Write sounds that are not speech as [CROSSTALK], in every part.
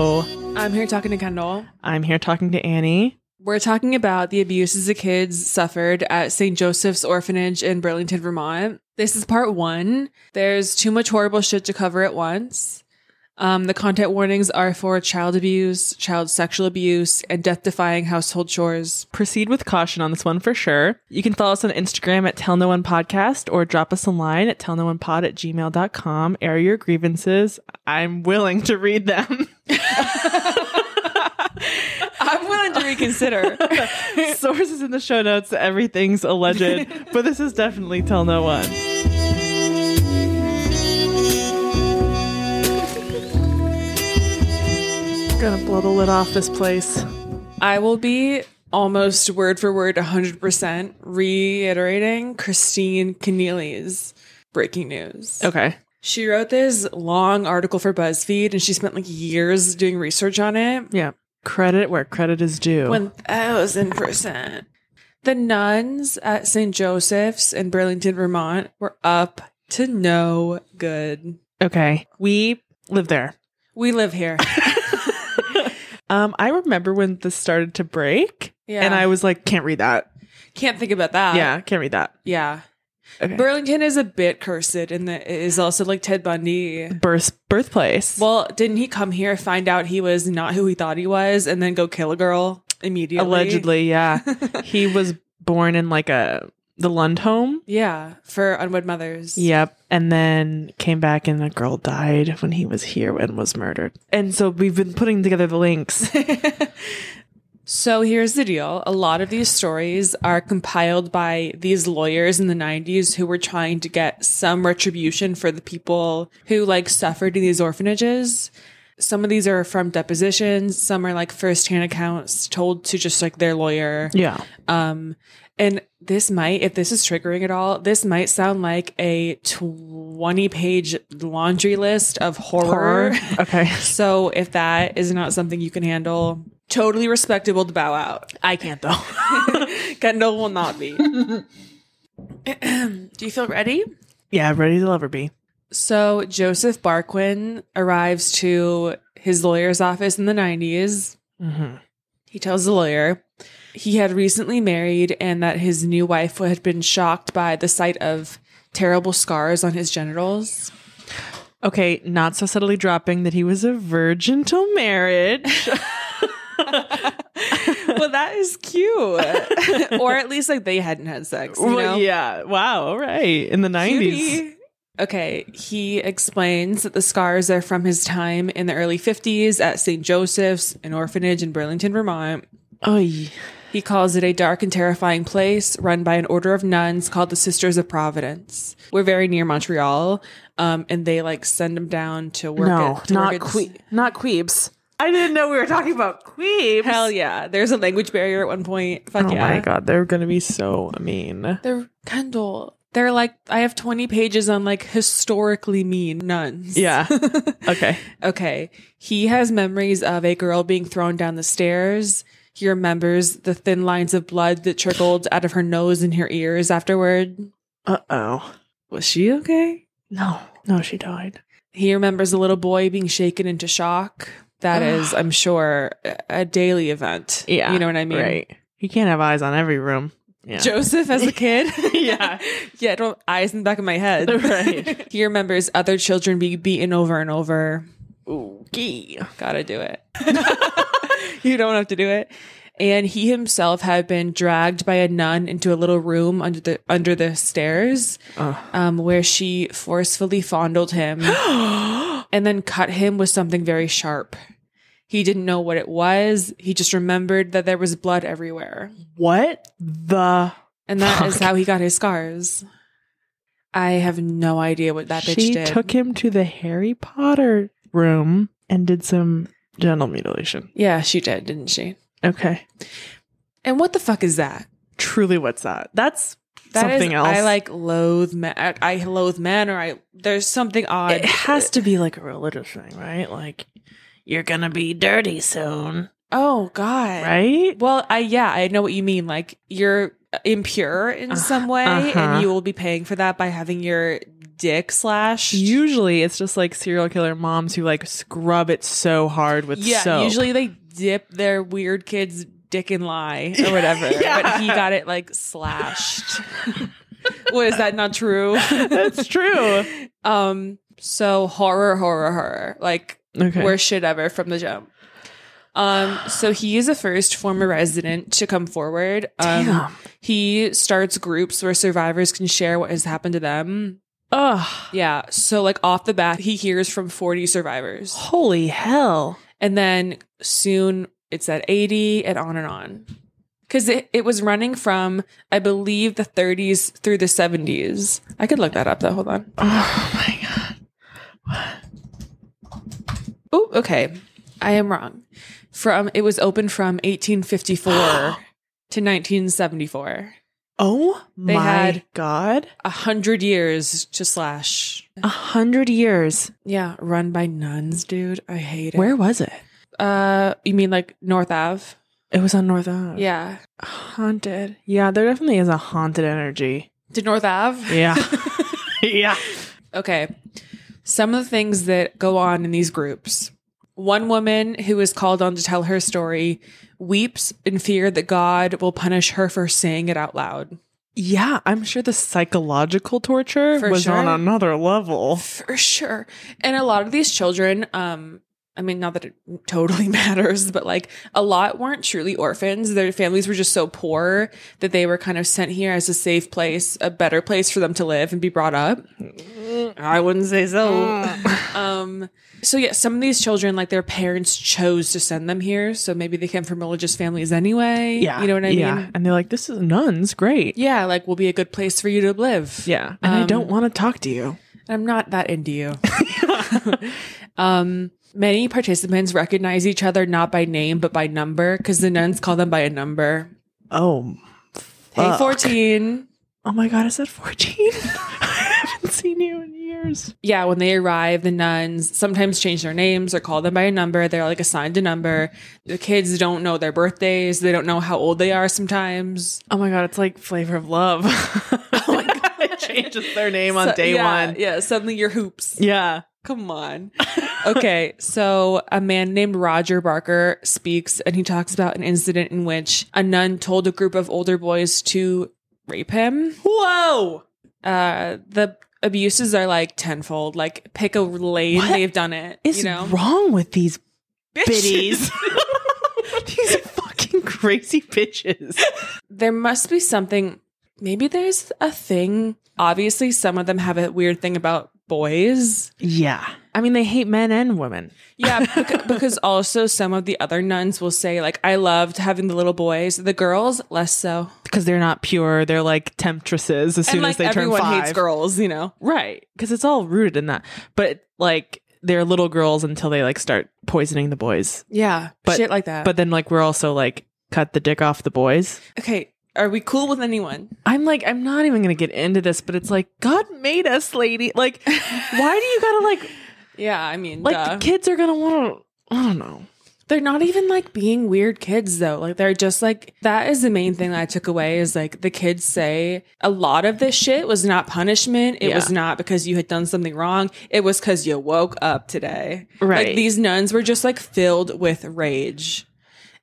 I'm here talking to Kendall. I'm here talking to Annie. We're talking about the abuses the kids suffered at St. Joseph's Orphanage in Burlington, Vermont. This is part one. There's too much horrible shit to cover at once. Um, the content warnings are for child abuse, child sexual abuse, and death defying household chores. Proceed with caution on this one for sure. You can follow us on Instagram at Tell No One Podcast or drop us a line at tellnoonepod at gmail.com. Air your grievances. I'm willing to read them. I'm willing to reconsider. Sources in the show notes, everything's alleged, but this is definitely Tell No One. Gonna blow the lid off this place. I will be almost word for word 100% reiterating Christine Keneally's breaking news. Okay. She wrote this long article for BuzzFeed and she spent like years doing research on it. Yeah. Credit where credit is due. 1000%. The nuns at St. Joseph's in Burlington, Vermont were up to no good. okay. We live there. We [LAUGHS] live here. Um, I remember when this started to break, Yeah. Uh, and I was like, "Can't read that." Can't think about that. yeah, can't read that. Yeah. Okay. Burlington is a bit cursed and it is also like Ted Bundy. Birth birthplace. Well, didn't he come here, find out he was not who he thought he was, and then go kill a girl immediately? allegedly, yeah, he was born in like a the Lund home. [LAUGHS] Yeah, for unwed mothers. Yep, and then came back, and a girl died when he was here and was murdered. And so we've been putting together the [LAUGHS] links. So here's the deal. A lot of these stories are compiled by these lawyers in the 90s who were trying to get some retribution for the people who like suffered in these orphanages. Some of these are from depositions, some are like firsthand accounts told to just like their lawyer. yeah, Um, and this might, if this is triggering at all, this might sound like a 20 page laundry list of horror. horror. okay, so if that is not something you can handle, totally respectable to bow out. I can't though. [LAUGHS] Kendall will not [CLEARS THROAT] be. Do you feel ready? yeah, ready to lover be. So Joseph Barquin arrives to his lawyer's office in the 90s. hmm He tells the lawyer he had recently married and that his new wife had been shocked by the sight of terrible scars on his genitals. Okay, not so subtly dropping that he was a virgin till [LAUGHS] marriage. well, that is cute. [LAUGHS] or at least like they hadn't had sex. You Well, know? yeah. Wow. All right. In the nineties. Cutie. Okay, he explains that the scars are from his time in the early 50s at St. Joseph's, an orphanage in Burlington, Vermont. Oh, He calls it a dark and terrifying place run by an order of nuns called the Sisters of Providence. We're very near Montreal, um, and they like send him down to work. no, at, to not work at- que- not queebs. I didn't know we were talking about queebs. [LAUGHS] Hell yeah! There's a language barrier at one point. Fuck Oh yeah! my god, they're gonna be so mean. They're Kendall. They're like I have 20 pages on like historically mean nuns. [LAUGHS] Yeah. okay. Okay. He has memories of a girl being thrown down the stairs. He remembers the thin lines of blood that trickled out of her nose and her ears afterward. Uh oh. Was she okay? No. No, she died. He remembers a little boy being shaken into shock. [SIGHS] That is, I'm sure, a- a daily event. Yeah. You know what I mean? Right. You can't have eyes on every room. Yeah. Joseph [LAUGHS] as a kid. Yeah. [LAUGHS] yeah, I don't eyes in the back of my head. [LAUGHS] Right. he remembers other children being beaten over and over. Okay. Gotta do it. [LAUGHS] you don't have to do it. And he himself had been dragged by a nun into a little room under the under the stairs, um, where she forcefully [GASPS] fondled him and then cut him with something very sharp. He didn't know what it was. He just remembered that there was blood everywhere. [GASPS] What the? And that is Fuck. how he got his scars. I have no idea what that bitch she did. took him to the Harry Potter room and did some genital mutilation. yeah, she did, didn't she? Okay. And what the fuck is that? Truly, what's that? That's That is- something else. I like loathe men. I I loathe men, or I there's something odd. It has to be like a religious thing, right? Like you're gonna be dirty soon, oh God. right? Well, I yeah, I know what you mean. Like you're impure in some way, uh-huh. and you will be paying for that by having your dick slashed. Usually it's just like serial killer moms who like scrub it so hard with yeah, soap. usually they dip their weird kids dick and lie or whatever. [LAUGHS] Yeah. But he got it like slashed. [LAUGHS] what is that not true? [LAUGHS] That's true. [LAUGHS] um so horror, horror, horror. Like Okay. worst shit ever from the jump. Um, so he is the first former resident to come forward. Um, Damn. He starts groups where survivors can share what has happened to them. Ugh. Yeah. So like off the bat, he hears from 40 survivors. Holy hell. [SIGHS] And then soon it's at 80 and on and on. Cause it, it was running from, I believe, the 30s through the 70s. I could look that up though. Hold on. Oh my god. Oh, okay. I am wrong. From it was open from 1854 to [GASPS] 1974. Oh They my had- [SIGHS] god. A hundred years to slash. A hundred years. Yeah, run by nuns, dude. I hate it. Where was it? Uh, you mean like North Ave? It was on North Ave. Yeah. Haunted. Yeah, there definitely is a haunted energy. Did North Ave? [LAUGHS] Yeah. [LAUGHS] yeah. Okay. Some of the things that go on in these groups. One woman who is called on to tell her story weeps in fear that God will punish her for saying it out loud. Yeah, I'm sure the psychological torture For was sure. on another level. for sure and a lot of these children um i mean not that it [LAUGHS] totally matters but like a lot weren't truly orphans their families were just so poor that they were kind of sent here as a safe place a better place for them to live and be brought up i wouldn't say so [LAUGHS] um so yeah some of these children like their parents chose to send them here so maybe they came from religious families anyway Yeah. you know what i Yeah. mean And they're like, this is nuns. Great. yeah like will be a good place for you to live Yeah. Um, And I don't want to talk to you. I'm not that into you. [LAUGHS] um, many participants recognize each other not by name but by number because the nuns call them by a number. Oh. Hey, fuck. 14. Oh my God, is that 14? [LAUGHS] I haven't seen you in years. Yeah, when they arrive, the nuns sometimes change their names or call them by a number. They're like assigned a number. The kids don't know their birthdays. They don't know how old they are sometimes. Oh my God, it's like Flavor of Love. [LAUGHS] oh my God, [LAUGHS] it changes their name on So- day yeah, one. Yeah, suddenly your hoops. Yeah. Come on. okay, so a man named Roger Barker speaks and he talks about an incident in which a nun told a group of older boys to rape him. Whoa. Uh, the abuses are like tenfold. Like pick a lane What they've done it. Is you know, wrong with these Bitches. bitties? [LAUGHS] these fucking crazy bitches. there must be something. Maybe there's a thing. Obviously, some of them have a weird thing about boys. Yeah. I mean, they hate men and women. [LAUGHS] Yeah, bec- because also some of the other nuns will say like, "I loved having the little boys, the girls less so." because they're not pure. They're like temptresses as soon and like as they turn everyone five. hates girls, you know. Right, because it's all rooted in that. But like they're little girls until they like start poisoning the boys. Yeah, But- shit like that. But then like we're also like cut the dick off the boys. okay, are we cool with anyone? I'm like I'm not even gonna get into this, but it's like God made us, lady. Like why do you [LAUGHS] gotta like Yeah, I mean, like duh. the kids are gonna want to. I don't know. they're not even like being weird kids though. Like they're just like that is the main thing that I took away is like the kids say a lot of this shit was not punishment. It Yeah. was not because you had done something wrong. It was because you woke up today. Right. Like these nuns were just like filled with rage.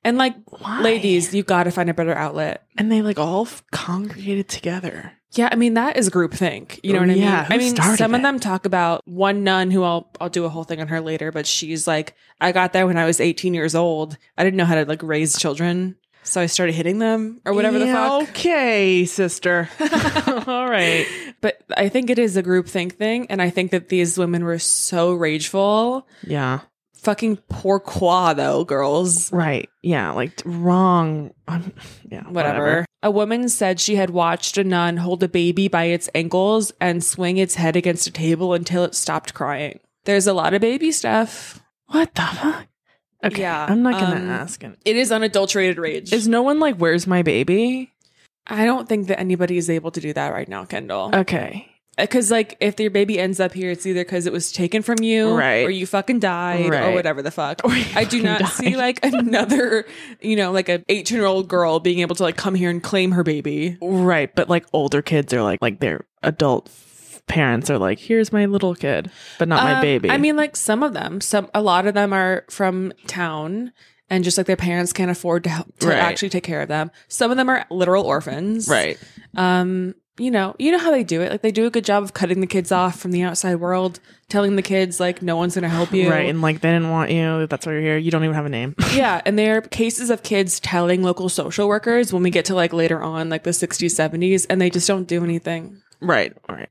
And like Why? ladies, you gotta find a better outlet. And they like all f- congregated together. Yeah, I mean that is groupthink. You know what I mean? Oh, Yeah, who I mean started some it? of them talk about one nun who I'll I'll do a whole thing on her later, but she's like, I got there when I was 18 years old. I didn't know how to like raise children, so I started hitting them or whatever Yeah, the fuck. Okay, sister. [LAUGHS] all right. But I think it is a groupthink thing, and I think that these women were so rageful. Yeah. Fucking poor qua though, girls. Right. Yeah. Like wrong. Um, yeah. Whatever. A woman said she had watched a nun hold a baby by its ankles and swing its head against a table until it stopped crying. There's a lot of baby stuff. What the fuck? Okay. Yeah, I'm not gonna um, ask him. It is unadulterated rage. Is no one like, where's my baby? I don't think that anybody is able to do that right now, Kendall. Okay. [LAUGHS] Because, like, if your baby ends up here, it's either because it was taken from you, Right. or you fucking died, Right. or whatever the [LAUGHS] fuck. Or you I fucking do not see died. like [LAUGHS] another, you know, like a 18 year old girl being able to like come here and claim her baby. Right. But like older kids are like, like they're adult f- parents are like, here's my little kid, but not my Um, baby. I mean, like some of them, some a lot of them are from town, and just like their parents can't afford to help, to Right. actually take care of them. Some of them are literal orphans, right. Um, you know, you know how they do it. Like they do a good job of cutting the kids off from the outside world, telling the kids like no one's gonna help you, Right. [LAUGHS] And like, they didn't want you. That's why you're here. You don't even have a name. [LAUGHS] Yeah, and there are cases of kids telling local social workers when we get to like later on, like the 60s, 70s, and they just don't do anything. right. All right.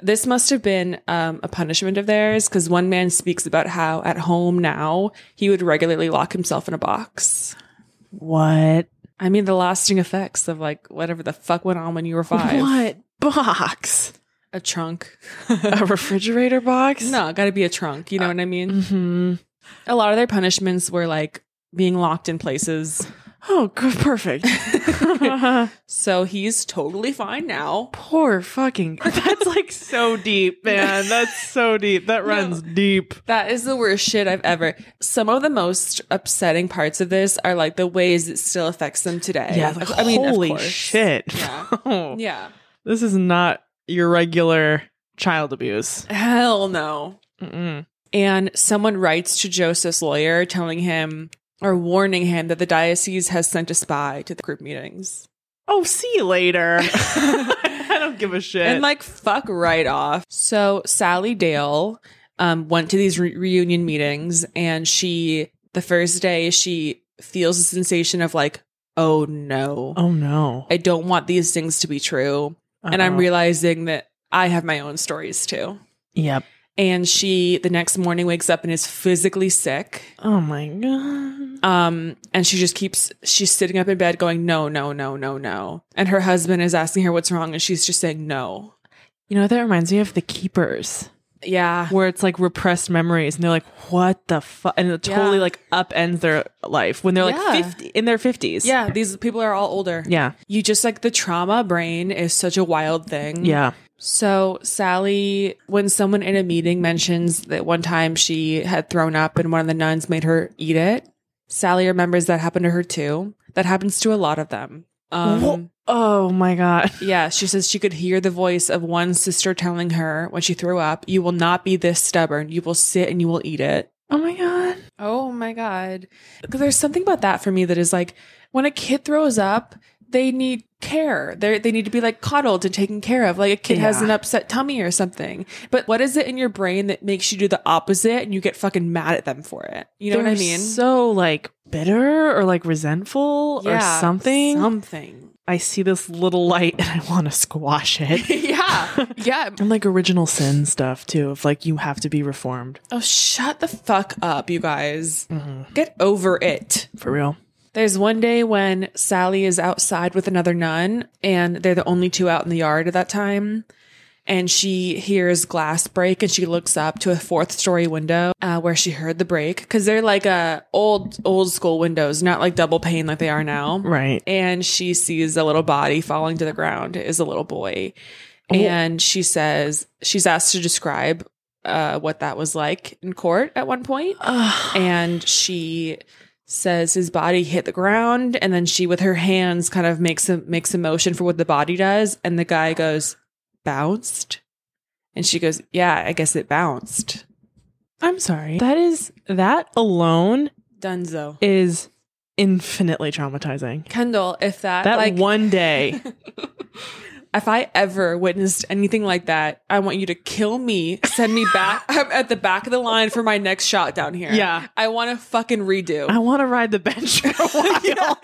This must have been um, a punishment of theirs because one man speaks about how at home now he would regularly lock himself in a box. What? I mean, the lasting effects of like whatever the fuck went on when you were five. What box? [LAUGHS] A trunk. [LAUGHS] a refrigerator box? no, gotta be a trunk. Uh, You know what I mean? hmm A lot of their punishments were like being locked [LAUGHS] in places. Oh, good. Perfect. So he's totally fine [LAUGHS] now. Poor [LAUGHS] fucking. That's like so deep, man. That's so deep. [LAUGHS] That runs deep. That is the worst shit I've ever. Some of the most upsetting parts of this are like the ways it still affects them today. like, I mean, of holy course. shit. Yeah. Oh, Yeah. [LAUGHS] This is not your regular child abuse. Hell no. Mm-mm. And someone writes to Joseph's lawyer telling him or warning him that the diocese has sent a spy to the group meetings. Oh, see you later. [LAUGHS] I don't give a shit. And like, fuck right off. So Sally Dale um, went to these re- reunion meetings, and she, the first day, she feels a sensation of like, oh no. oh no. I don't want these things to be true. And I'm Uh-oh. realizing that I have my own stories too. Yep. And she the next morning wakes up and is physically sick. Oh my god. Um, and she just keeps she's sitting up in bed going, No, no, no, no, no. And her husband is asking her what's wrong, and she's just saying no. You know that reminds me of the keepers. Yeah. where it's like repressed memories and they're like what the fuck and it totally Yeah. like upends their life when they're Yeah. like 50 in their 50s Yeah, these people are all older. yeah You just like the trauma brain is such a wild thing. yeah So, Sally, when someone in a meeting mentions that one time she had thrown up and one of the nuns made her eat it, Sally remembers that happened to her too. That happens to a lot of them. Um, Wha- oh my god yeah, she says she could hear the voice of one sister telling her when she threw up, You will not be this stubborn. You will sit and you will eat it. oh my god Oh my God. Because there's something about that for me that is like when a kid throws up, they need care. They they need to be like coddled and taken care of. Like a kid has Yeah. an upset tummy or something. But what is it in your brain that makes you do the opposite and you get fucking mad at them for it? You know what I They're mean? so like bitter or like resentful or something Something. i see this little light and i want to squash [LAUGHS] it [LAUGHS] yeah. Yeah. and like original sin stuff too of like you have to be reformed Oh, shut the fuck up, you guys. Get over it. for real There's one day when Sally is outside with another nun, and they're the only two out in the yard at that time. And she hears glass break, and she looks up to a fourth story window uh, where she heard the break because they're like uh, old old school windows, not like double pane like they are now. right And she sees a little body falling to the ground. It Is a little boy, Oh. and she says she's asked to describe uh, what that was like in court at one point Ugh. and she says his body hit the ground and then she with her hands kind of makes a makes a motion for what the body does and the guy goes bounced and she goes yeah i guess it bounced i'm sorry that is that alone dunzo is infinitely traumatizing. kendall if that, That like one day, if i ever witnessed anything like that i want you to kill me send me [LAUGHS] back i'm at the back of the line for my next shot down here Yeah. i want to fucking redo I want to ride the bench for [LAUGHS] a while.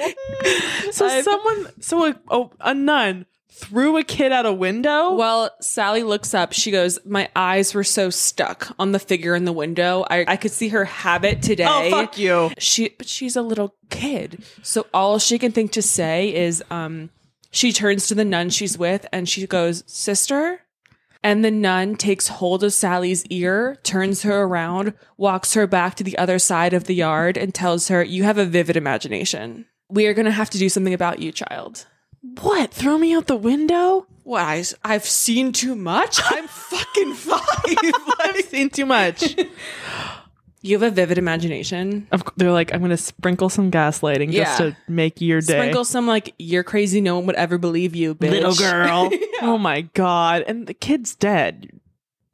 So I've- someone, so a, oh, a nun threw a kid out a window. Oh, Well, Sally looks up. She goes, "My eyes were so stuck on the figure in the window. I, I could see her habit today." oh fuck you! She, but she's a little kid, so all she can think to say is, um, she turns to the nun she's with and she goes, "Sister." And the nun takes hold of Sally's ear, turns her around, walks her back to the other side of the yard, and tells her, "You have a vivid imagination. We are going to have to do something about you, child." What? Throw me out the window? What I, I've [LAUGHS] seen too much. I'm fucking five. I've seen too much. [LAUGHS] You have a vivid imagination. Of cou- they're like, I'm going to sprinkle some gaslighting Yeah. just to make your day. Sprinkle some like you're crazy. No one would ever believe you, bitch. Little [LAUGHS] girl. Oh my god! And the kid's dead.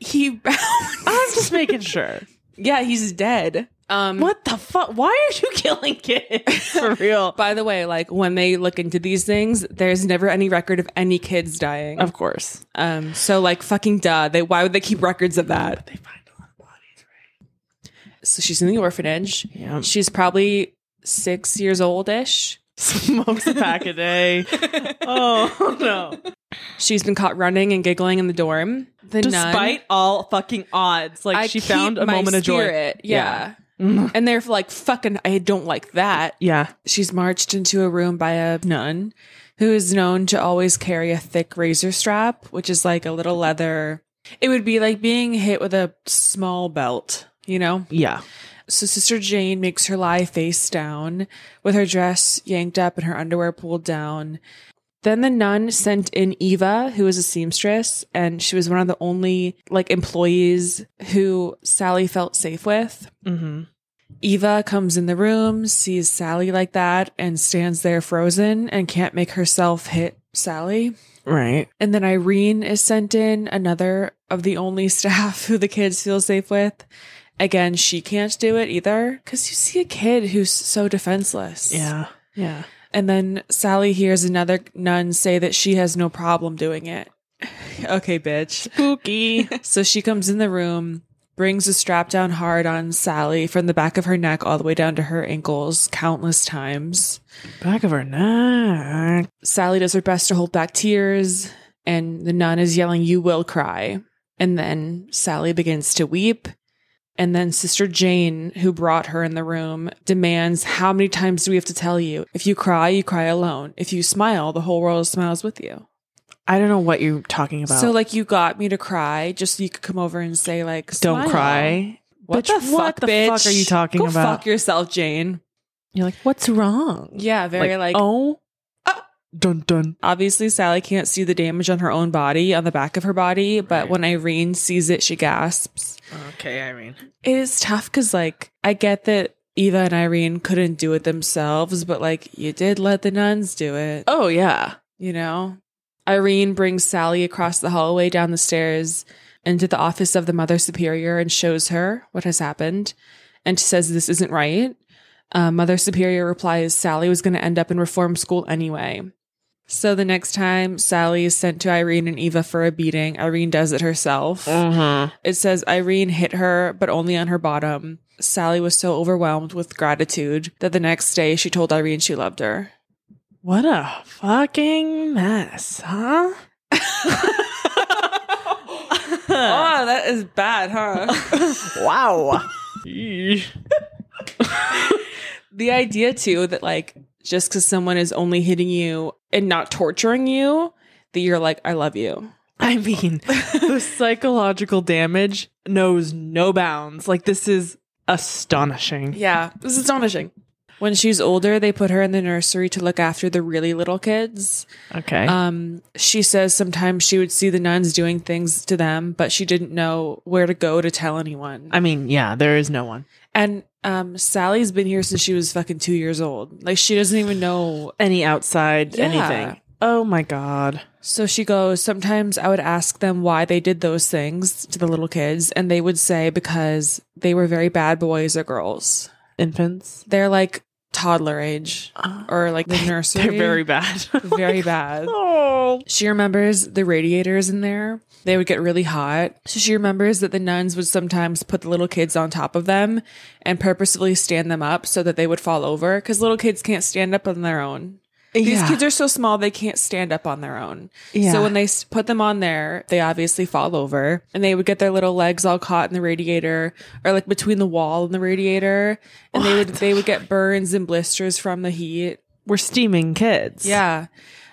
He. [LAUGHS] I'm just making [LAUGHS] sure. yeah, he's dead. Um. What the fuck? Why are you killing kids [LAUGHS] for real? By the way, like when they look into these things, there's never any record of any kids dying. of course. Um. So like fucking duh. They why would they keep records of that? They find a lot of bodies, right? So she's in the orphanage. Yeah. She's probably six years old ish. Smokes a pack a [LAUGHS] day. oh no. She's been caught running and giggling in the dorm. The nun- Despite all fucking odds, like I she keep found a my moment of joy. spirit. Yeah. [LAUGHS] and they're like, fucking, I don't like that. Yeah. She's marched into a room by a nun who is known to always carry a thick razor strap, which is like a little leather. It would be like being hit with a small belt, you know? Yeah. So Sister Jane makes her lie face down with her dress yanked up and her underwear pulled down. Then the nun sent in Eva, who was a seamstress, and she was one of the only like employees who Sally felt safe with. Mm-hmm. Eva comes in the room, sees Sally like that, and stands there frozen and can't make herself hit Sally. Right. And then Irene is sent in, another of the only [LAUGHS] staff who the kids feel safe with. Again, she can't do it either because you see a kid who's so defenseless. Yeah. Yeah. And then Sally hears another nun say that she has no problem doing it. [LAUGHS] okay, bitch. Spooky. [LAUGHS] So she comes in the room, brings a strap down hard on Sally from the back of her neck all the way down to her ankles countless times. Back of her neck. Sally does her best to hold back tears, and the nun is yelling, You will cry. And then Sally begins to weep. And then Sister Jane, who brought her in the room, demands, How many times do we have to tell you? If you cry, you cry alone. If you smile, the whole world smiles with you. I don't know what you're talking about. So, like, you got me to cry just so you could come over and say, like, don't "Smile." cry. What Bitch, the what fuck, the bitch? fuck are you talking Go about? Fuck yourself, Jane. You're like, what's wrong? Yeah, very like, oh, Ah. dun dun. obviously Sally can't see the damage on her own body, on the back of her body, but when Irene sees it, she gasps. Okay, I mean, It is tough because, like, I get that Eva and Irene couldn't do it themselves, but like, you did let the nuns do it. oh yeah, You know? Irene brings Sally across the hallway down the stairs into the office of the Mother Superior and shows her what has happened and says this isn't right. Uh, Mother Superior replies Sally was going to end up in reform school anyway. So the next time Sally is sent to Irene and Eva for a beating, Irene does it herself. It says Irene hit her, but only on her bottom. Sally was so overwhelmed with gratitude that the next day she told Irene she loved [LAUGHS] her. What a fucking mess, huh? Oh, that is bad, huh? [LAUGHS] wow. [LAUGHS] the idea too that like just because someone is only hitting you and not torturing you, that you're like, I love you. I mean, the psychological damage knows no bounds. Like this is astonishing. Yeah, this is astonishing. When she's older, they put her in the nursery to look after the really little kids. Okay. Um, she says sometimes she would see the nuns doing things to them, but she didn't know where to go to tell anyone. I mean, yeah, there is no one. And um, Sally's been here since she was fucking two years old. Like she doesn't even know Any outside Yeah. anything. Oh my god. So she goes, Sometimes I would ask them why they did those things to the little kids, and they would say because they were very bad boys or girls. Infants. They're like toddler age or like the nursery. They're very bad. very bad. [LAUGHS] oh. She remembers the radiators in there. They would get really hot. So she remembers that the nuns would sometimes put the little kids on top of them and purposefully stand them up so that they would fall over because little kids can't stand up on their own. These Yeah. kids are so small they can't stand up on their own. Yeah. So when they s- put them on there, they obviously fall over and they would get their little legs all caught in the radiator or like between the wall and the radiator and they would they would get burns and blisters from the heat. We're steaming kids. Yeah.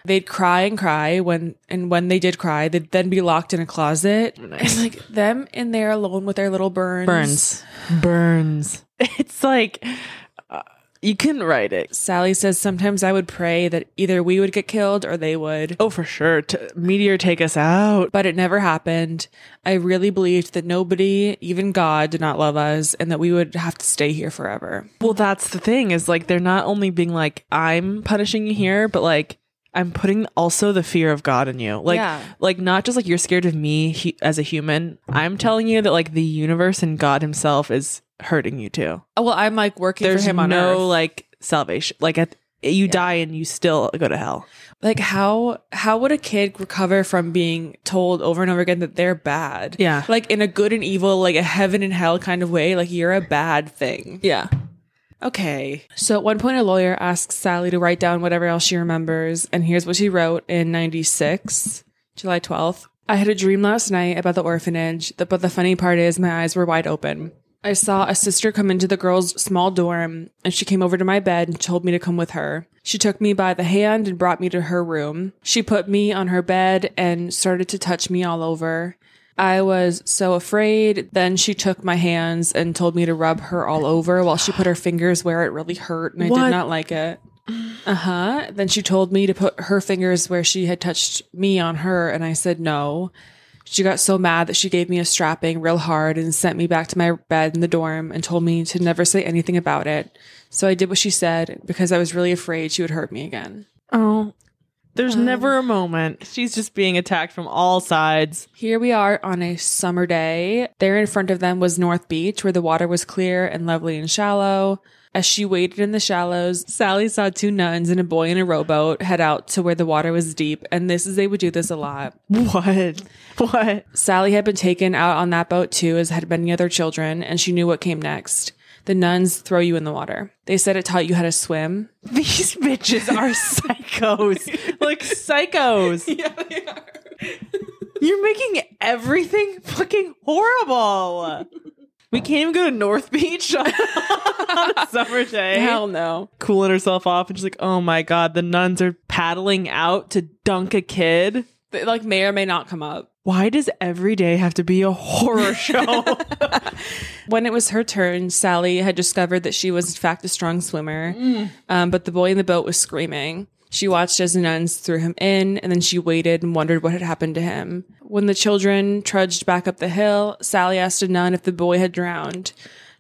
They'd cry and cry when and when they did cry, they'd then be locked in a closet. Oh, Nice. And like them in there alone with their little [LAUGHS] burns. Burns. Burns. It's like uh, You couldn't write it. Sally says sometimes I would pray that either we would get killed or they would. Oh, for sure. T- meteor take us out. But it never happened. I really believed that nobody, even God, did not love us and that we would have to stay here forever. Well, that's the thing is like they're not only being like I'm punishing you here, but like I'm putting also the fear of God in you. Like Yeah. like not just like you're scared of me he- as a human. I'm telling you that like the universe and God himself is hurting you too. Oh, well, I'm like working There's for him on no earth. like salvation. Like at, you die and you still go to hell. like how how would a kid recover from being told over and over again that they're bad Yeah. like in a good and evil like a heaven and hell kind of way like you're a bad thing Yeah. okay so at one point a lawyer asks sally to write down whatever else she remembers and here's what she wrote in 96 july 12th i had a dream last night about the orphanage the, but the funny part is my eyes were wide open I saw a sister come into the girls' small dorm, and she came over to my bed and told me to come with her. She took me by the hand and brought me to her room. She put me on her bed and started to touch me all over. I was so afraid. Then she took my hands and told me to rub her all over while she put her fingers where it really hurt, and I What? did not like it. Uh huh. Then she told me to put her fingers where she had touched me on her, and I said no. She got so mad that she gave me a strapping real hard and sent me back to my bed in the dorm and told me to never say anything about it. So I did what she said because I was really afraid she would hurt me again. Oh. There's Um, never a moment. She's just being attacked from all sides. [LAUGHS] Here we are on a summer day. There in front of them was North Beach, where the water was clear and lovely and shallow. As she waded in the shallows, Sally saw two nuns and a boy in a rowboat head out to where the water was deep. And this is, they would do this a lot. What? What? Sally had been taken out on that boat too, as had many other children, and she knew what came next. The nuns throw you in the water. They said it taught you how to swim. These bitches are psychos. like psychos. [LAUGHS] Yeah, they are. You're making everything fucking horrible. We can't even go to North Beach [LAUGHS] on a summer day. Hell no. Cooling herself off and she's like, oh my god, the nuns are paddling out to dunk a kid. They, like may or may not come up. Why does every day have to be a horror show? [LAUGHS] When it was her turn, Sally had discovered that she was in fact a strong swimmer, um, but the boy in the boat was screaming. She watched as the nuns threw him in, and then she waited and wondered what had happened to him. When the children trudged back up the hill, Sally asked a nun if the boy had drowned.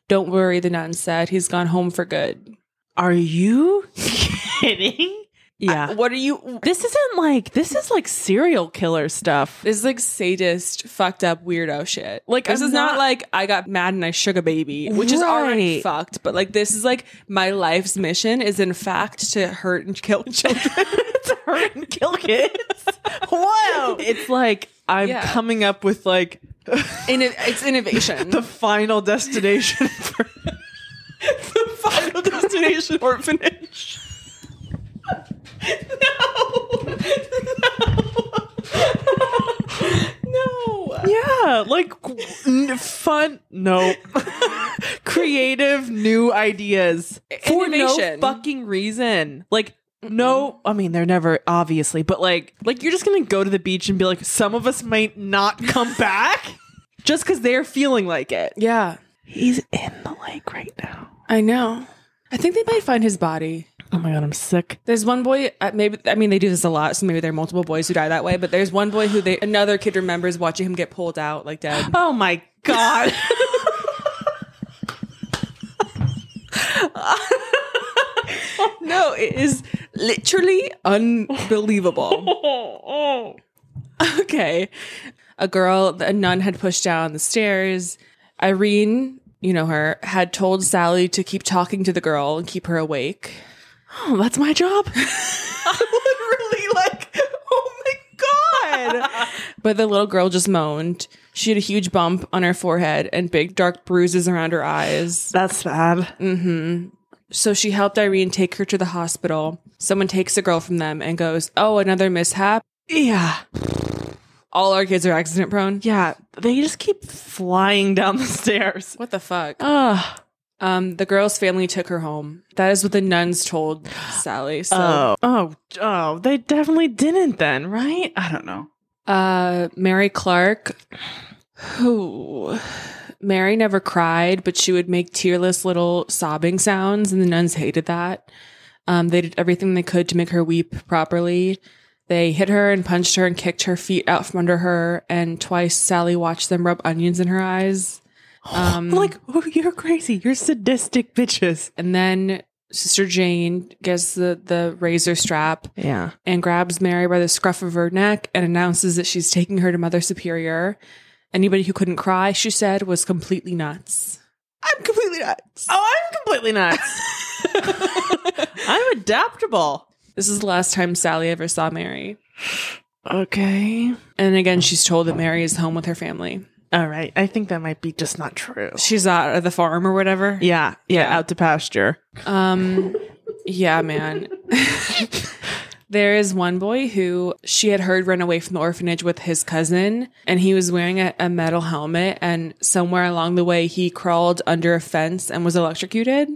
Don't worry, the nun said. He's gone home for good. are you kidding? Yeah. What are you? this isn't like this is like serial killer stuff. This is like sadist, fucked up, weirdo shit. Like this I'm is not, not- like I got mad and I shook a baby, which is already Right. fucked. But like this is like my life's mission is in fact to hurt and kill [LAUGHS] children. to hurt and kill kids. Whoa. It's like I'm Yeah. coming up with like in it's [LAUGHS] [LAUGHS] innovation. the final destination [LAUGHS] for the final destination orphanage. no. no. yeah like n- fun no creative new ideas for Innovation. no fucking reason like no i mean they're never obviously but like like you're just gonna go to the beach and be like some of us might not come back just because they're feeling like it Yeah, he's in the lake right now I know. I think they might find his body. oh my god i'm sick There's one boy. uh, Maybe I mean they do this a lot, so maybe there are multiple boys who die that way. But there's one boy who they another kid remembers watching him get pulled out like dead. Oh my [LAUGHS] god. No, it is literally unbelievable. [LAUGHS] okay, a girl, a nun had pushed down the stairs. Irene, you know her, had told Sally to keep talking to the girl and keep her awake. Oh, that's my job. Literally like, oh my god. [LAUGHS] But the little girl just moaned. She had a huge bump on her forehead and big dark bruises around her eyes. That's bad. So she helped Irene take her to the hospital. Someone takes the girl from them and goes, Oh, another mishap. Yeah. All our kids are accident prone. Yeah. They just keep flying down the stairs. What the fuck? Ugh. Um, the girl's family took her home. That is what the nuns told Sally. So, Oh. Oh. Oh. They definitely didn't then, right? I don't know. uh, Mary Clark, who Mary never cried, but she would make tearless little sobbing sounds, and the nuns hated that. Um, they did everything they could to make her weep properly. They hit her and punched her and kicked her feet out from under her, and twice Sally watched them rub onions in her eyes. I'm like, oh, you're crazy. You're sadistic bitches. And then Sister Jane gets the, the razor strap Yeah. and grabs Mary by the scruff of her neck and announces that she's taking her to Mother Superior. Anybody who couldn't cry, she said, was completely nuts. I'm completely nuts. Oh, I'm completely [LAUGHS] nuts. I'm adaptable. This is the last time Sally ever saw Mary. Okay. And again, she's told that Mary is home with her family. All right. I think that might be just not true. She's out at the farm or whatever. Yeah. Yeah. Out to pasture. Um, yeah, man. [LAUGHS] there is one boy who she had heard run away from the orphanage with his cousin, and he was wearing a, a metal helmet. And somewhere along the way, he crawled under a fence and was electrocuted.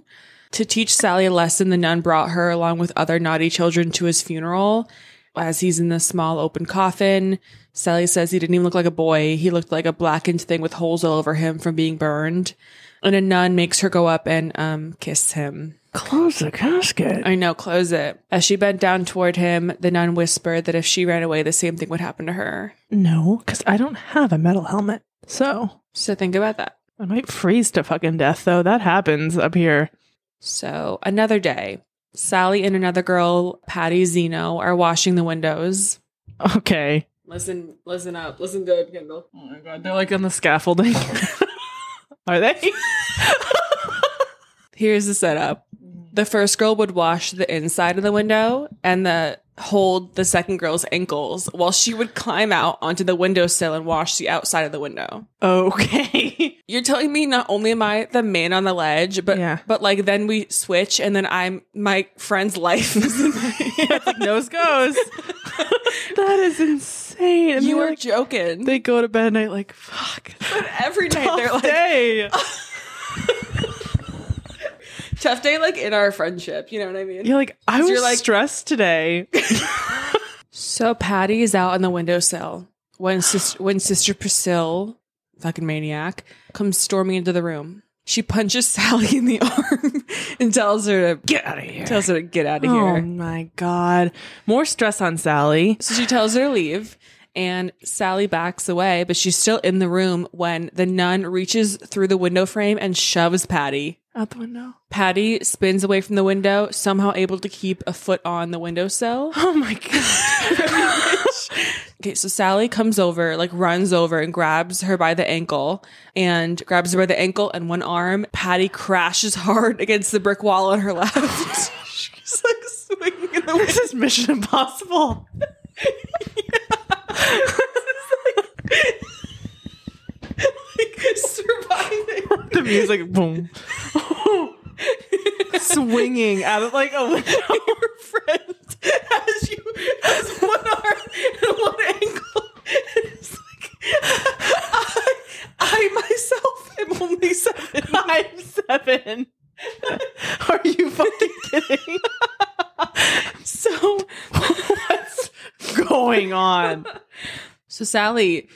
To teach Sally a lesson, the nun brought her along with other naughty children to his funeral. As he's in the small open coffin, Sally says he didn't even look like a boy. He looked like a blackened thing with holes all over him from being burned. And a nun makes her go up and um, kiss him. Close the casket. I know, close it. As she bent down toward him, the nun whispered that if she ran away, the same thing would happen to her. no, because I don't have a metal helmet. So So think about that. I might freeze to fucking death, though. That happens up here. So another day, Sally and another girl, Patty Zeno, are washing the windows. Okay. Listen, listen up. Listen good, Kendall. Oh my god, they're like on the scaffolding. [LAUGHS] Are they? Here's the setup. The first girl would wash the inside of the window and the hold the second girl's ankles while she would climb out onto the windowsill and wash the outside of the window. Okay. You're telling me not only am I the man on the ledge, but Yeah. but like then we switch and then I'm my friend's life is in my Nose goes. that is insane. [LAUGHS] And You they're are like- joking. they go to bed at night like, [LAUGHS] fuck. Every night they're [LAUGHS] like day. tough day like in our friendship, you know what I mean? You're like, I was You're like- stressed today. So Patty is out on the windowsill when sister when Sister Priscilla, fucking maniac, comes storming into the room. She punches [LAUGHS] Sally in the arm and tells her to Get out of here. tells her to get out of Oh here. my god. More stress on Sally. So she tells her to leave, and Sally backs away, but she's still in the room when the nun reaches through the window frame and shoves Patty. Out the window. Patty spins away from the window, somehow able to keep a foot on the windowsill. Oh my [LAUGHS] god. Okay, so Sally comes over, like runs over and grabs her by the ankle and grabs her by the ankle and one arm. Patty crashes hard against the brick wall on her left. [LAUGHS] She's like swinging in the wind. this is mission impossible. like surviving. The [LAUGHS] music boom. Swinging out of like a window. your friend has you has one arm and one ankle. And it's like I, I myself am only seven. I'm seven. Are you fucking kidding? So What's going on? So Sally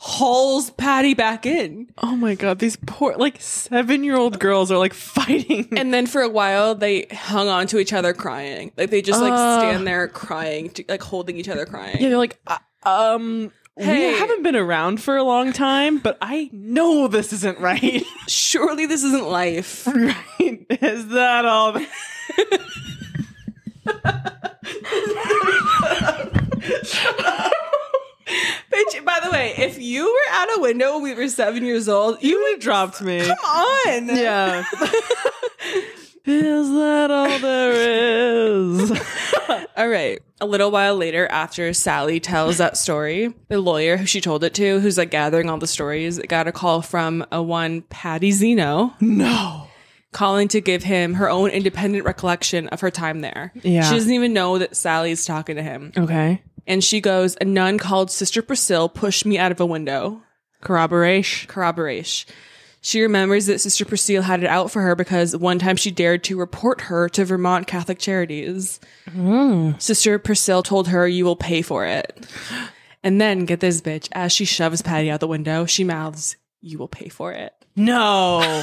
hauls Patty back in. Oh my god, these poor like seven year old girls are like fighting. And then for a while they hung on to each other crying. Like they just like Ugh. stand there crying, to, like holding each other crying. Yeah, they're like, uh, um, Hey. we haven't been around for a long time, but I know this isn't right. [LAUGHS] Surely this isn't life. right? Is that all? th- Bitch, by the way, if you were out a window when we were seven years old, you You would have dropped me. come on. Yeah. Is that all there is? All right. A little while later, after Sally tells that story, the lawyer who she told it to, who's like gathering all the stories, got a call from a one Patty Zeno no. calling to give him her own independent recollection of her time there. Yeah. She doesn't even know that Sally's talking to him. Okay. And she goes, A nun called Sister Priscilla pushed me out of a window. Corroboration. Corroboration. She remembers that Sister Priscilla had it out for her because one time she dared to report her to Vermont Catholic Charities. Sister Priscilla told her, You will pay for it. And then, get this bitch, as she shoves Patty out the window, she mouths, You will pay for it. No.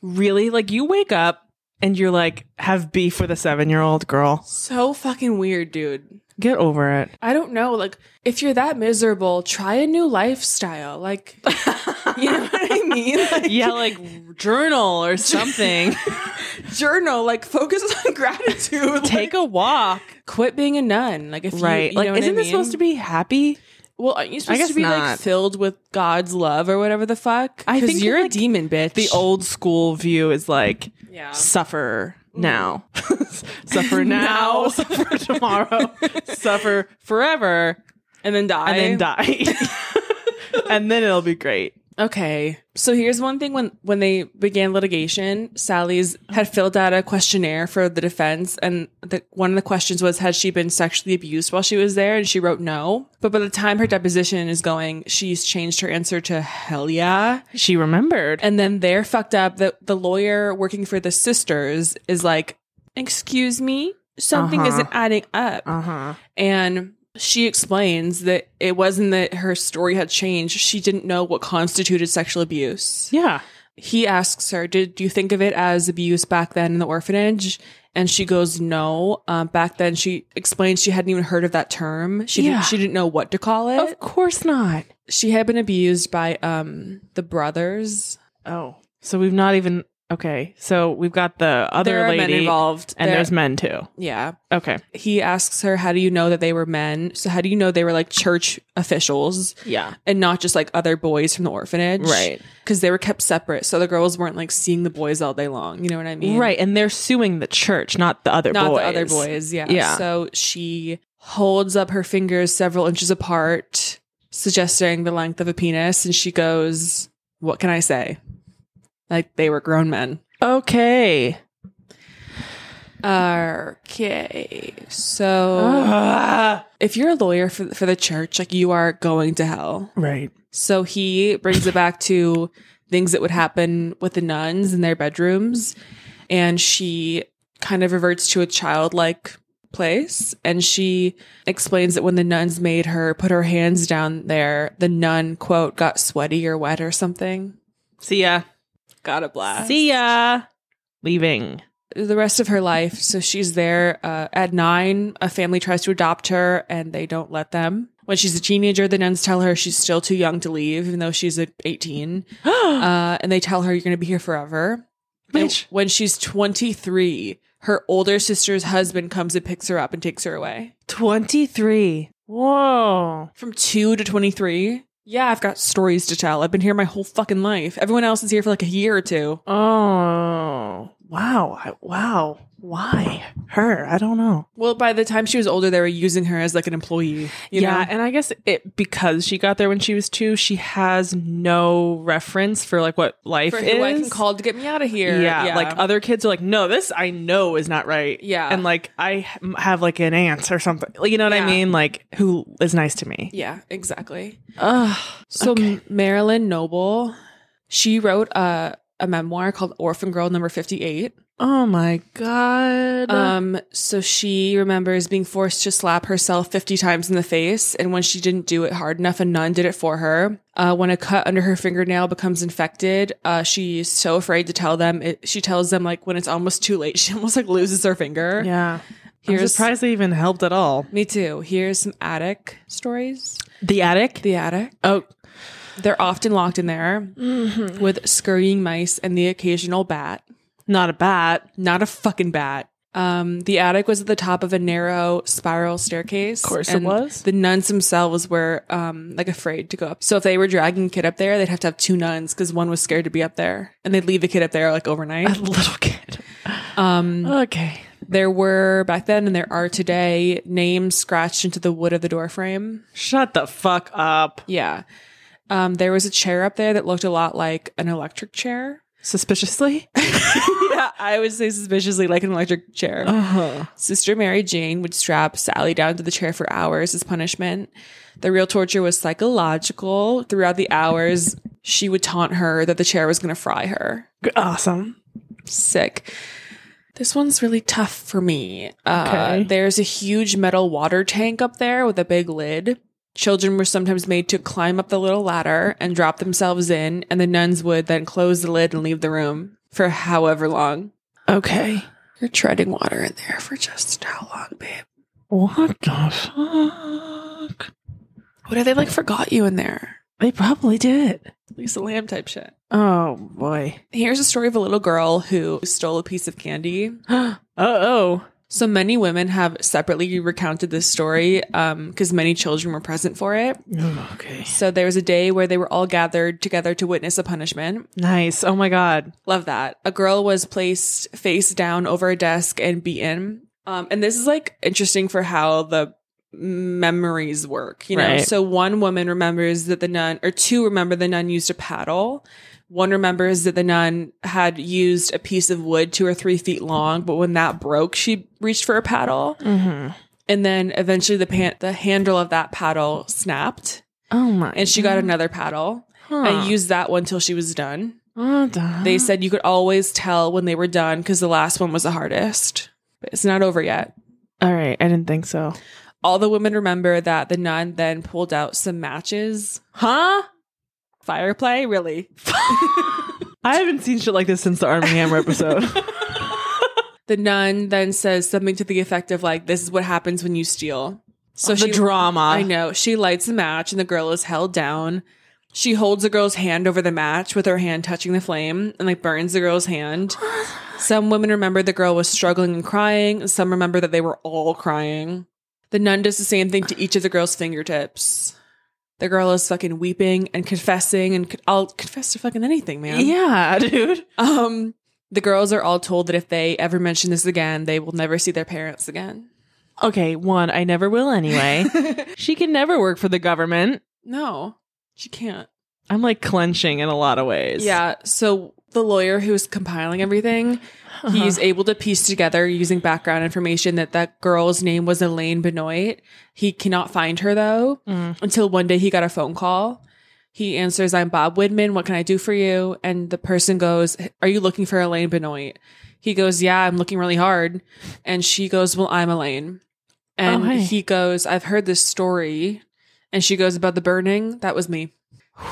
really? Like you wake up and you're like, have beef with a seven year old girl. So fucking weird, dude. Get over it. I don't know. Like, if you're that miserable, try a new lifestyle. Like, [LAUGHS] you know what I mean? Like, Yeah, like journal or something. journal. Like, focus [LAUGHS] on gratitude. Take a walk. quit being a nun. Like, if [LAUGHS] Right. you, you like, know what isn't I this supposed mean? to be happy? Well, aren't you supposed guess to be not. like filled with God's love or whatever the fuck? I 'Cause think you're like, a demon, bitch. The old school view is like, yeah. suffer now. [LAUGHS] suffer now, [LAUGHS] Now. suffer tomorrow, suffer forever, and then die. and then die. [LAUGHS] and then it'll be great. Okay. So here's one thing when when they began litigation, Sally's had filled out a questionnaire for the defense and the, one of the questions was had she been sexually abused while she was there and she wrote no. But by the time her deposition is going, she's changed her answer to hell yeah. She remembered. And then they're fucked up that the lawyer working for the sisters is like, "Excuse me, something Uh-huh. isn't adding up." Uh huh. And she explains that it wasn't that her story had changed. She didn't know what constituted sexual abuse. Yeah. He asks her, Did you think of it as abuse back then in the orphanage? And she goes, No. Um, back then, she explains she hadn't even heard of that term. She, Yeah. didn't, she didn't know what to call it. Of course not. she had been abused by um, the brothers. Oh. So we've not even. Okay. So we've got the other there are lady. men involved. And There- there's men too. Yeah. Okay. He asks her, How do you know that they were men? So, how do you know they were like church officials? Yeah. and not just like other boys from the orphanage. Right. Because they were kept separate. So the girls weren't like seeing the boys all day long. You know what I mean? Right. And they're suing the church, not the other Not boys. the other boys. Yeah. Yeah. So she holds up her fingers several inches apart, suggesting the length of a penis. And she goes, What can I say? Like they were grown men. Okay. Okay. So Ah. if you're a lawyer for, for the church, like you are going to hell. Right. So he brings it back to things that would happen with the nuns in their bedrooms. And she kind of reverts to a childlike place. And she explains that when the nuns made her put her hands down there, the nun, quote, got sweaty or wet or something. See ya. Got a blast. See ya. Leaving. the rest of her life. So she's there uh, at nine. A family tries to adopt her and they don't let them. When she's a teenager, the nuns tell her she's still too young to leave, even though she's uh, [GASPS] 18. uh, and they tell her, You're going to be here forever. And Bitch. when she's 23, her older sister's husband comes and picks her up and takes her away. 23. Whoa. From two to 23. Yeah, I've got stories to tell. I've been here my whole fucking life. Everyone else is here for like a year or two. Oh. Wow. I- Wow. Why? Her. I don't know. Well, by the time she was older, they were using her as like an employee. You yeah, know? and I guess it because she got there when she was two, she has no reference for like what life for is. who I can call to get me out of here. Yeah, like uh, other kids are like, no, this I know is not right. Yeah. and like I h- have like an aunt or something. Like, you know what I Yeah. mean? Like who is nice to me? yeah, exactly. Ugh. So Okay. M- Marilyn Noble, she wrote a a memoir called Orphan Girl Number Fifty Eight. Oh my god. Um, so she remembers being forced to slap herself fifty times in the face, and when she didn't do it hard enough, a nun did it for her. Uh, when a cut under her fingernail becomes infected, uh, she's so afraid to tell them. It, she tells them like when it's almost too late. [LAUGHS] She almost like loses her finger. yeah. I'm Here's- surprised they even helped at all. Me too. Here's some attic stories. The attic. The attic. oh, Mm-hmm. They're often locked in there with scurrying mice and the occasional bat. not a [LAUGHS] bat. Not a fucking bat. Um, the attic was at the top of a narrow spiral staircase. Of course it was. The nuns themselves were um, like afraid to go up. So if they were dragging a kid up there, they'd have to have two nuns because one was scared to be up there, and they'd leave the kid up there like overnight. little kid. Um, Okay. there were back then, and there are today, names scratched into the wood of the door frame. Shut the fuck up. Yeah. Um, there was a chair up there that looked a lot like an electric chair. Suspiciously. yeah, I would say suspiciously like an electric chair. Uh-huh. Sister Mary Jane would strap Sally down to the chair for hours as punishment. The real torture was psychological. Throughout the hours, she would taunt her that the chair was going to fry her. [LAUGHS] Awesome. Sick. This one's really tough for me. Uh, Okay. There's a huge metal water tank up there with a big lid. Children were sometimes made to climb up the little ladder and drop themselves in, and the nuns would then close the lid and leave the room for however long. Okay. You're treading water in there for just how long, babe? What the fuck? What if they like forgot you in there? They probably did. Lisa Lamb type shit. Oh boy. [GASPS] Here's a story of a little girl who stole a piece of candy. Uh oh. So many women have separately recounted this story because many children were present for it. Okay. So there was a day where they were all gathered together to witness a punishment. Nice. Oh my god. Love that. A girl was placed face down over a desk and beaten. Um, and this is like interesting for how the memories work, you know? Right. So one woman remembers that the nun, or two remember the nun used a paddle. One remembers that the nun had used a piece of wood two or three feet long, but when that broke, she reached for a paddle. Mm-hmm. And then eventually the, pan- the handle of that paddle snapped Oh my. and she got another paddle and used that one till she was done. They said you could always tell when they were done because the last one was the hardest. But it's not over yet. All right. I didn't think so. All the women remember that the nun then pulled out some matches. Huh? Fire play, really? I haven't seen shit like this since the Army Hammer [LAUGHS] episode. The nun then says something to the effect of like, "This is what happens when you steal." So the drama. I know. She lights a match and the girl is held down. She holds the girl's hand over the match with her hand touching the flame and like burns the girl's hand. Some women remember the girl was struggling and crying. and Some remember that they were all crying. The nun does the same thing to each of the girl's fingertips. The girl is fucking weeping and confessing and co- I'll confess to fucking anything, man. Yeah, [LAUGHS] dude. Um, the girls are all told that if they ever mention this again, they will never see their parents again. [LAUGHS] Okay, one, I never will [LAUGHS] anyway. she can never work for the government. No, she can't. I'm like clenching in a lot of ways. Yeah. So the lawyer who's compiling everything, he's Uh-huh. able to piece together using background information that that girl's name was Elaine Benoit. He cannot find her though Mm. until one day he got a phone call. He answers, "I'm Bob Widman. What can I do for you?" And the person goes, "Are you looking for Elaine Benoit?" He goes, "Yeah, I'm looking really hard." And she goes, "Well, I'm Elaine." And Oh, hey. he goes, "I've heard this story." And she goes, "About the burning? That was me."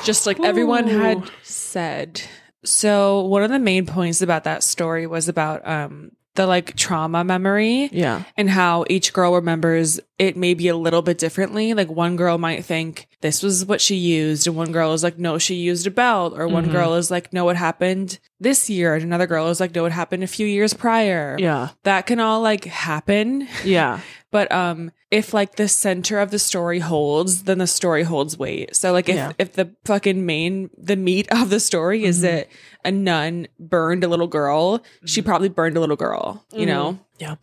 just like everyone had Ooh. said. So one of the main points about that story was about um the like trauma memory Yeah. and how each girl remembers it maybe a little bit differently. Like one girl might think this was what she used, and one girl is like, no, she used a belt, or one Mhm. girl is like, no, it happened this year, and another girl is like, no, it happened a few years prior. Yeah. That can all like happen. Yeah. But um, if like the center of the story holds, then the story holds weight. So like if Yeah. if the fucking main the meat of the story is Mhm. that a nun burned a little girl, she probably burned a little girl, you Mhm. know. Yeah.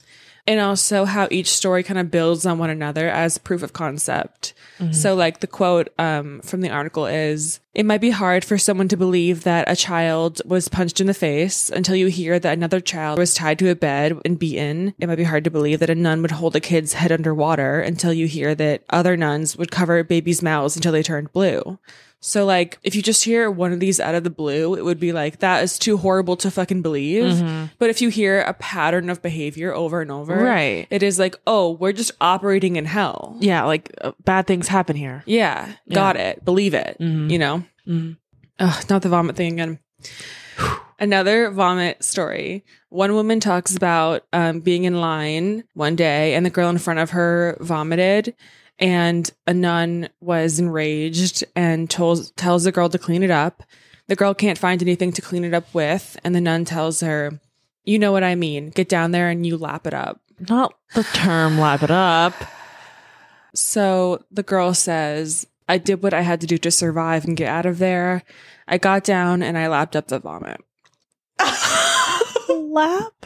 And also how each story kind of builds on one another as proof of concept. Mhm. So like the quote um from the article is, "It might be hard for someone to believe that a child was punched in the face until you hear that another child was tied to a bed and beaten. It might be hard to believe that a nun would hold a kid's head underwater until you hear that other nuns would cover babies' mouths until they turned blue." So like if you just hear one of these out of the blue, it would be like that is too horrible to fucking believe. But if you hear a pattern of behavior over and over, Right. it is like, oh, we're just operating in hell. Yeah, like uh, bad things happen here. Yeah, Mm-hmm. got it. Believe it. Mhm. You know? Mhm. Ugh, not the vomit thing again. [SIGHS] Another vomit story. One woman talks about um, being in line one day, and the girl in front of her vomited, and a nun was enraged and told, tells the girl to clean it up. The girl can't find anything to clean it up with, and the nun tells her, "You know what I mean. Get down there and you lap it up." Not the term lap it up. So the girl says, I did what I had to do to survive and get out of there. I got down and I lapped up the vomit. [LAUGHS] lap?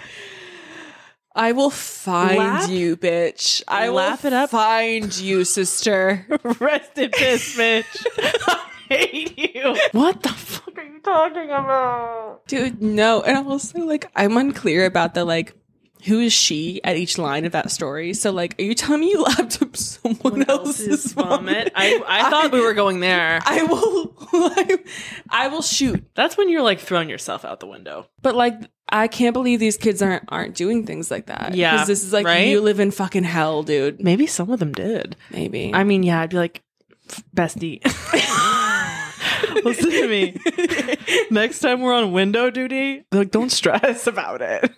I will find Lap? you, bitch. I Lap will it up? find you, sister. Rest in peace, bitch. [LAUGHS] I hate you. What the fuck are you talking about? Dude, no. And also, like, I'm unclear about the, like, who is she at each line of that story? So, like, are you telling me you lapped up [LAUGHS] someone, else's, vomit? I, I thought we were going there. I will, [LAUGHS] I, I will shoot. That's when you're like throwing yourself out the window. But like, I can't believe these kids aren't aren't doing things like that. Yeah, because this is like right? you live in fucking hell, dude. Maybe some of them did. Maybe I mean, yeah, I'd be like, bestie. [LAUGHS] Listen to [LAUGHS] me. Next time we're on window duty, like don't stress about it.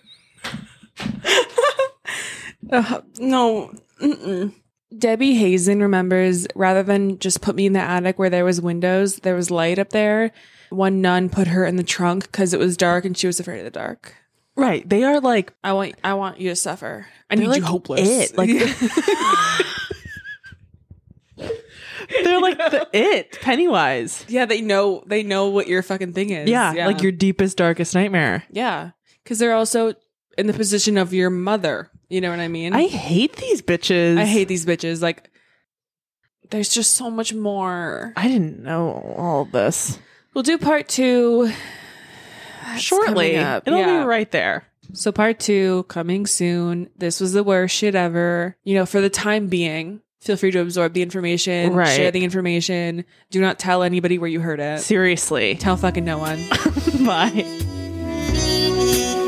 Ugh, no. Mm-mm. Debbie Hazen remembers rather than just put me in the attic where there was windows, there was light up there. One nun put her in the trunk because it was dark and she was afraid of the dark. Right. They are like I want I want you to suffer. I They're need like you hopeless. it, like- they're like [LAUGHS] the it, Pennywise. [LAUGHS] yeah, they know they know what your fucking thing is. Yeah, like your deepest, darkest nightmare. Yeah. Cause they're also in the position of your mother. You know what I mean? I hate these bitches. I hate these bitches. Like there's just so much more. I didn't know all this. We'll do part two That's Shortly, coming up. it'll Yeah. be right there. So part two coming soon. This was the worst shit ever. You know, for the time being, feel free to absorb the information, Right. share the information. Do not [LAUGHS] tell anybody where you heard it. Seriously. Tell fucking no one. Bye. Thank you.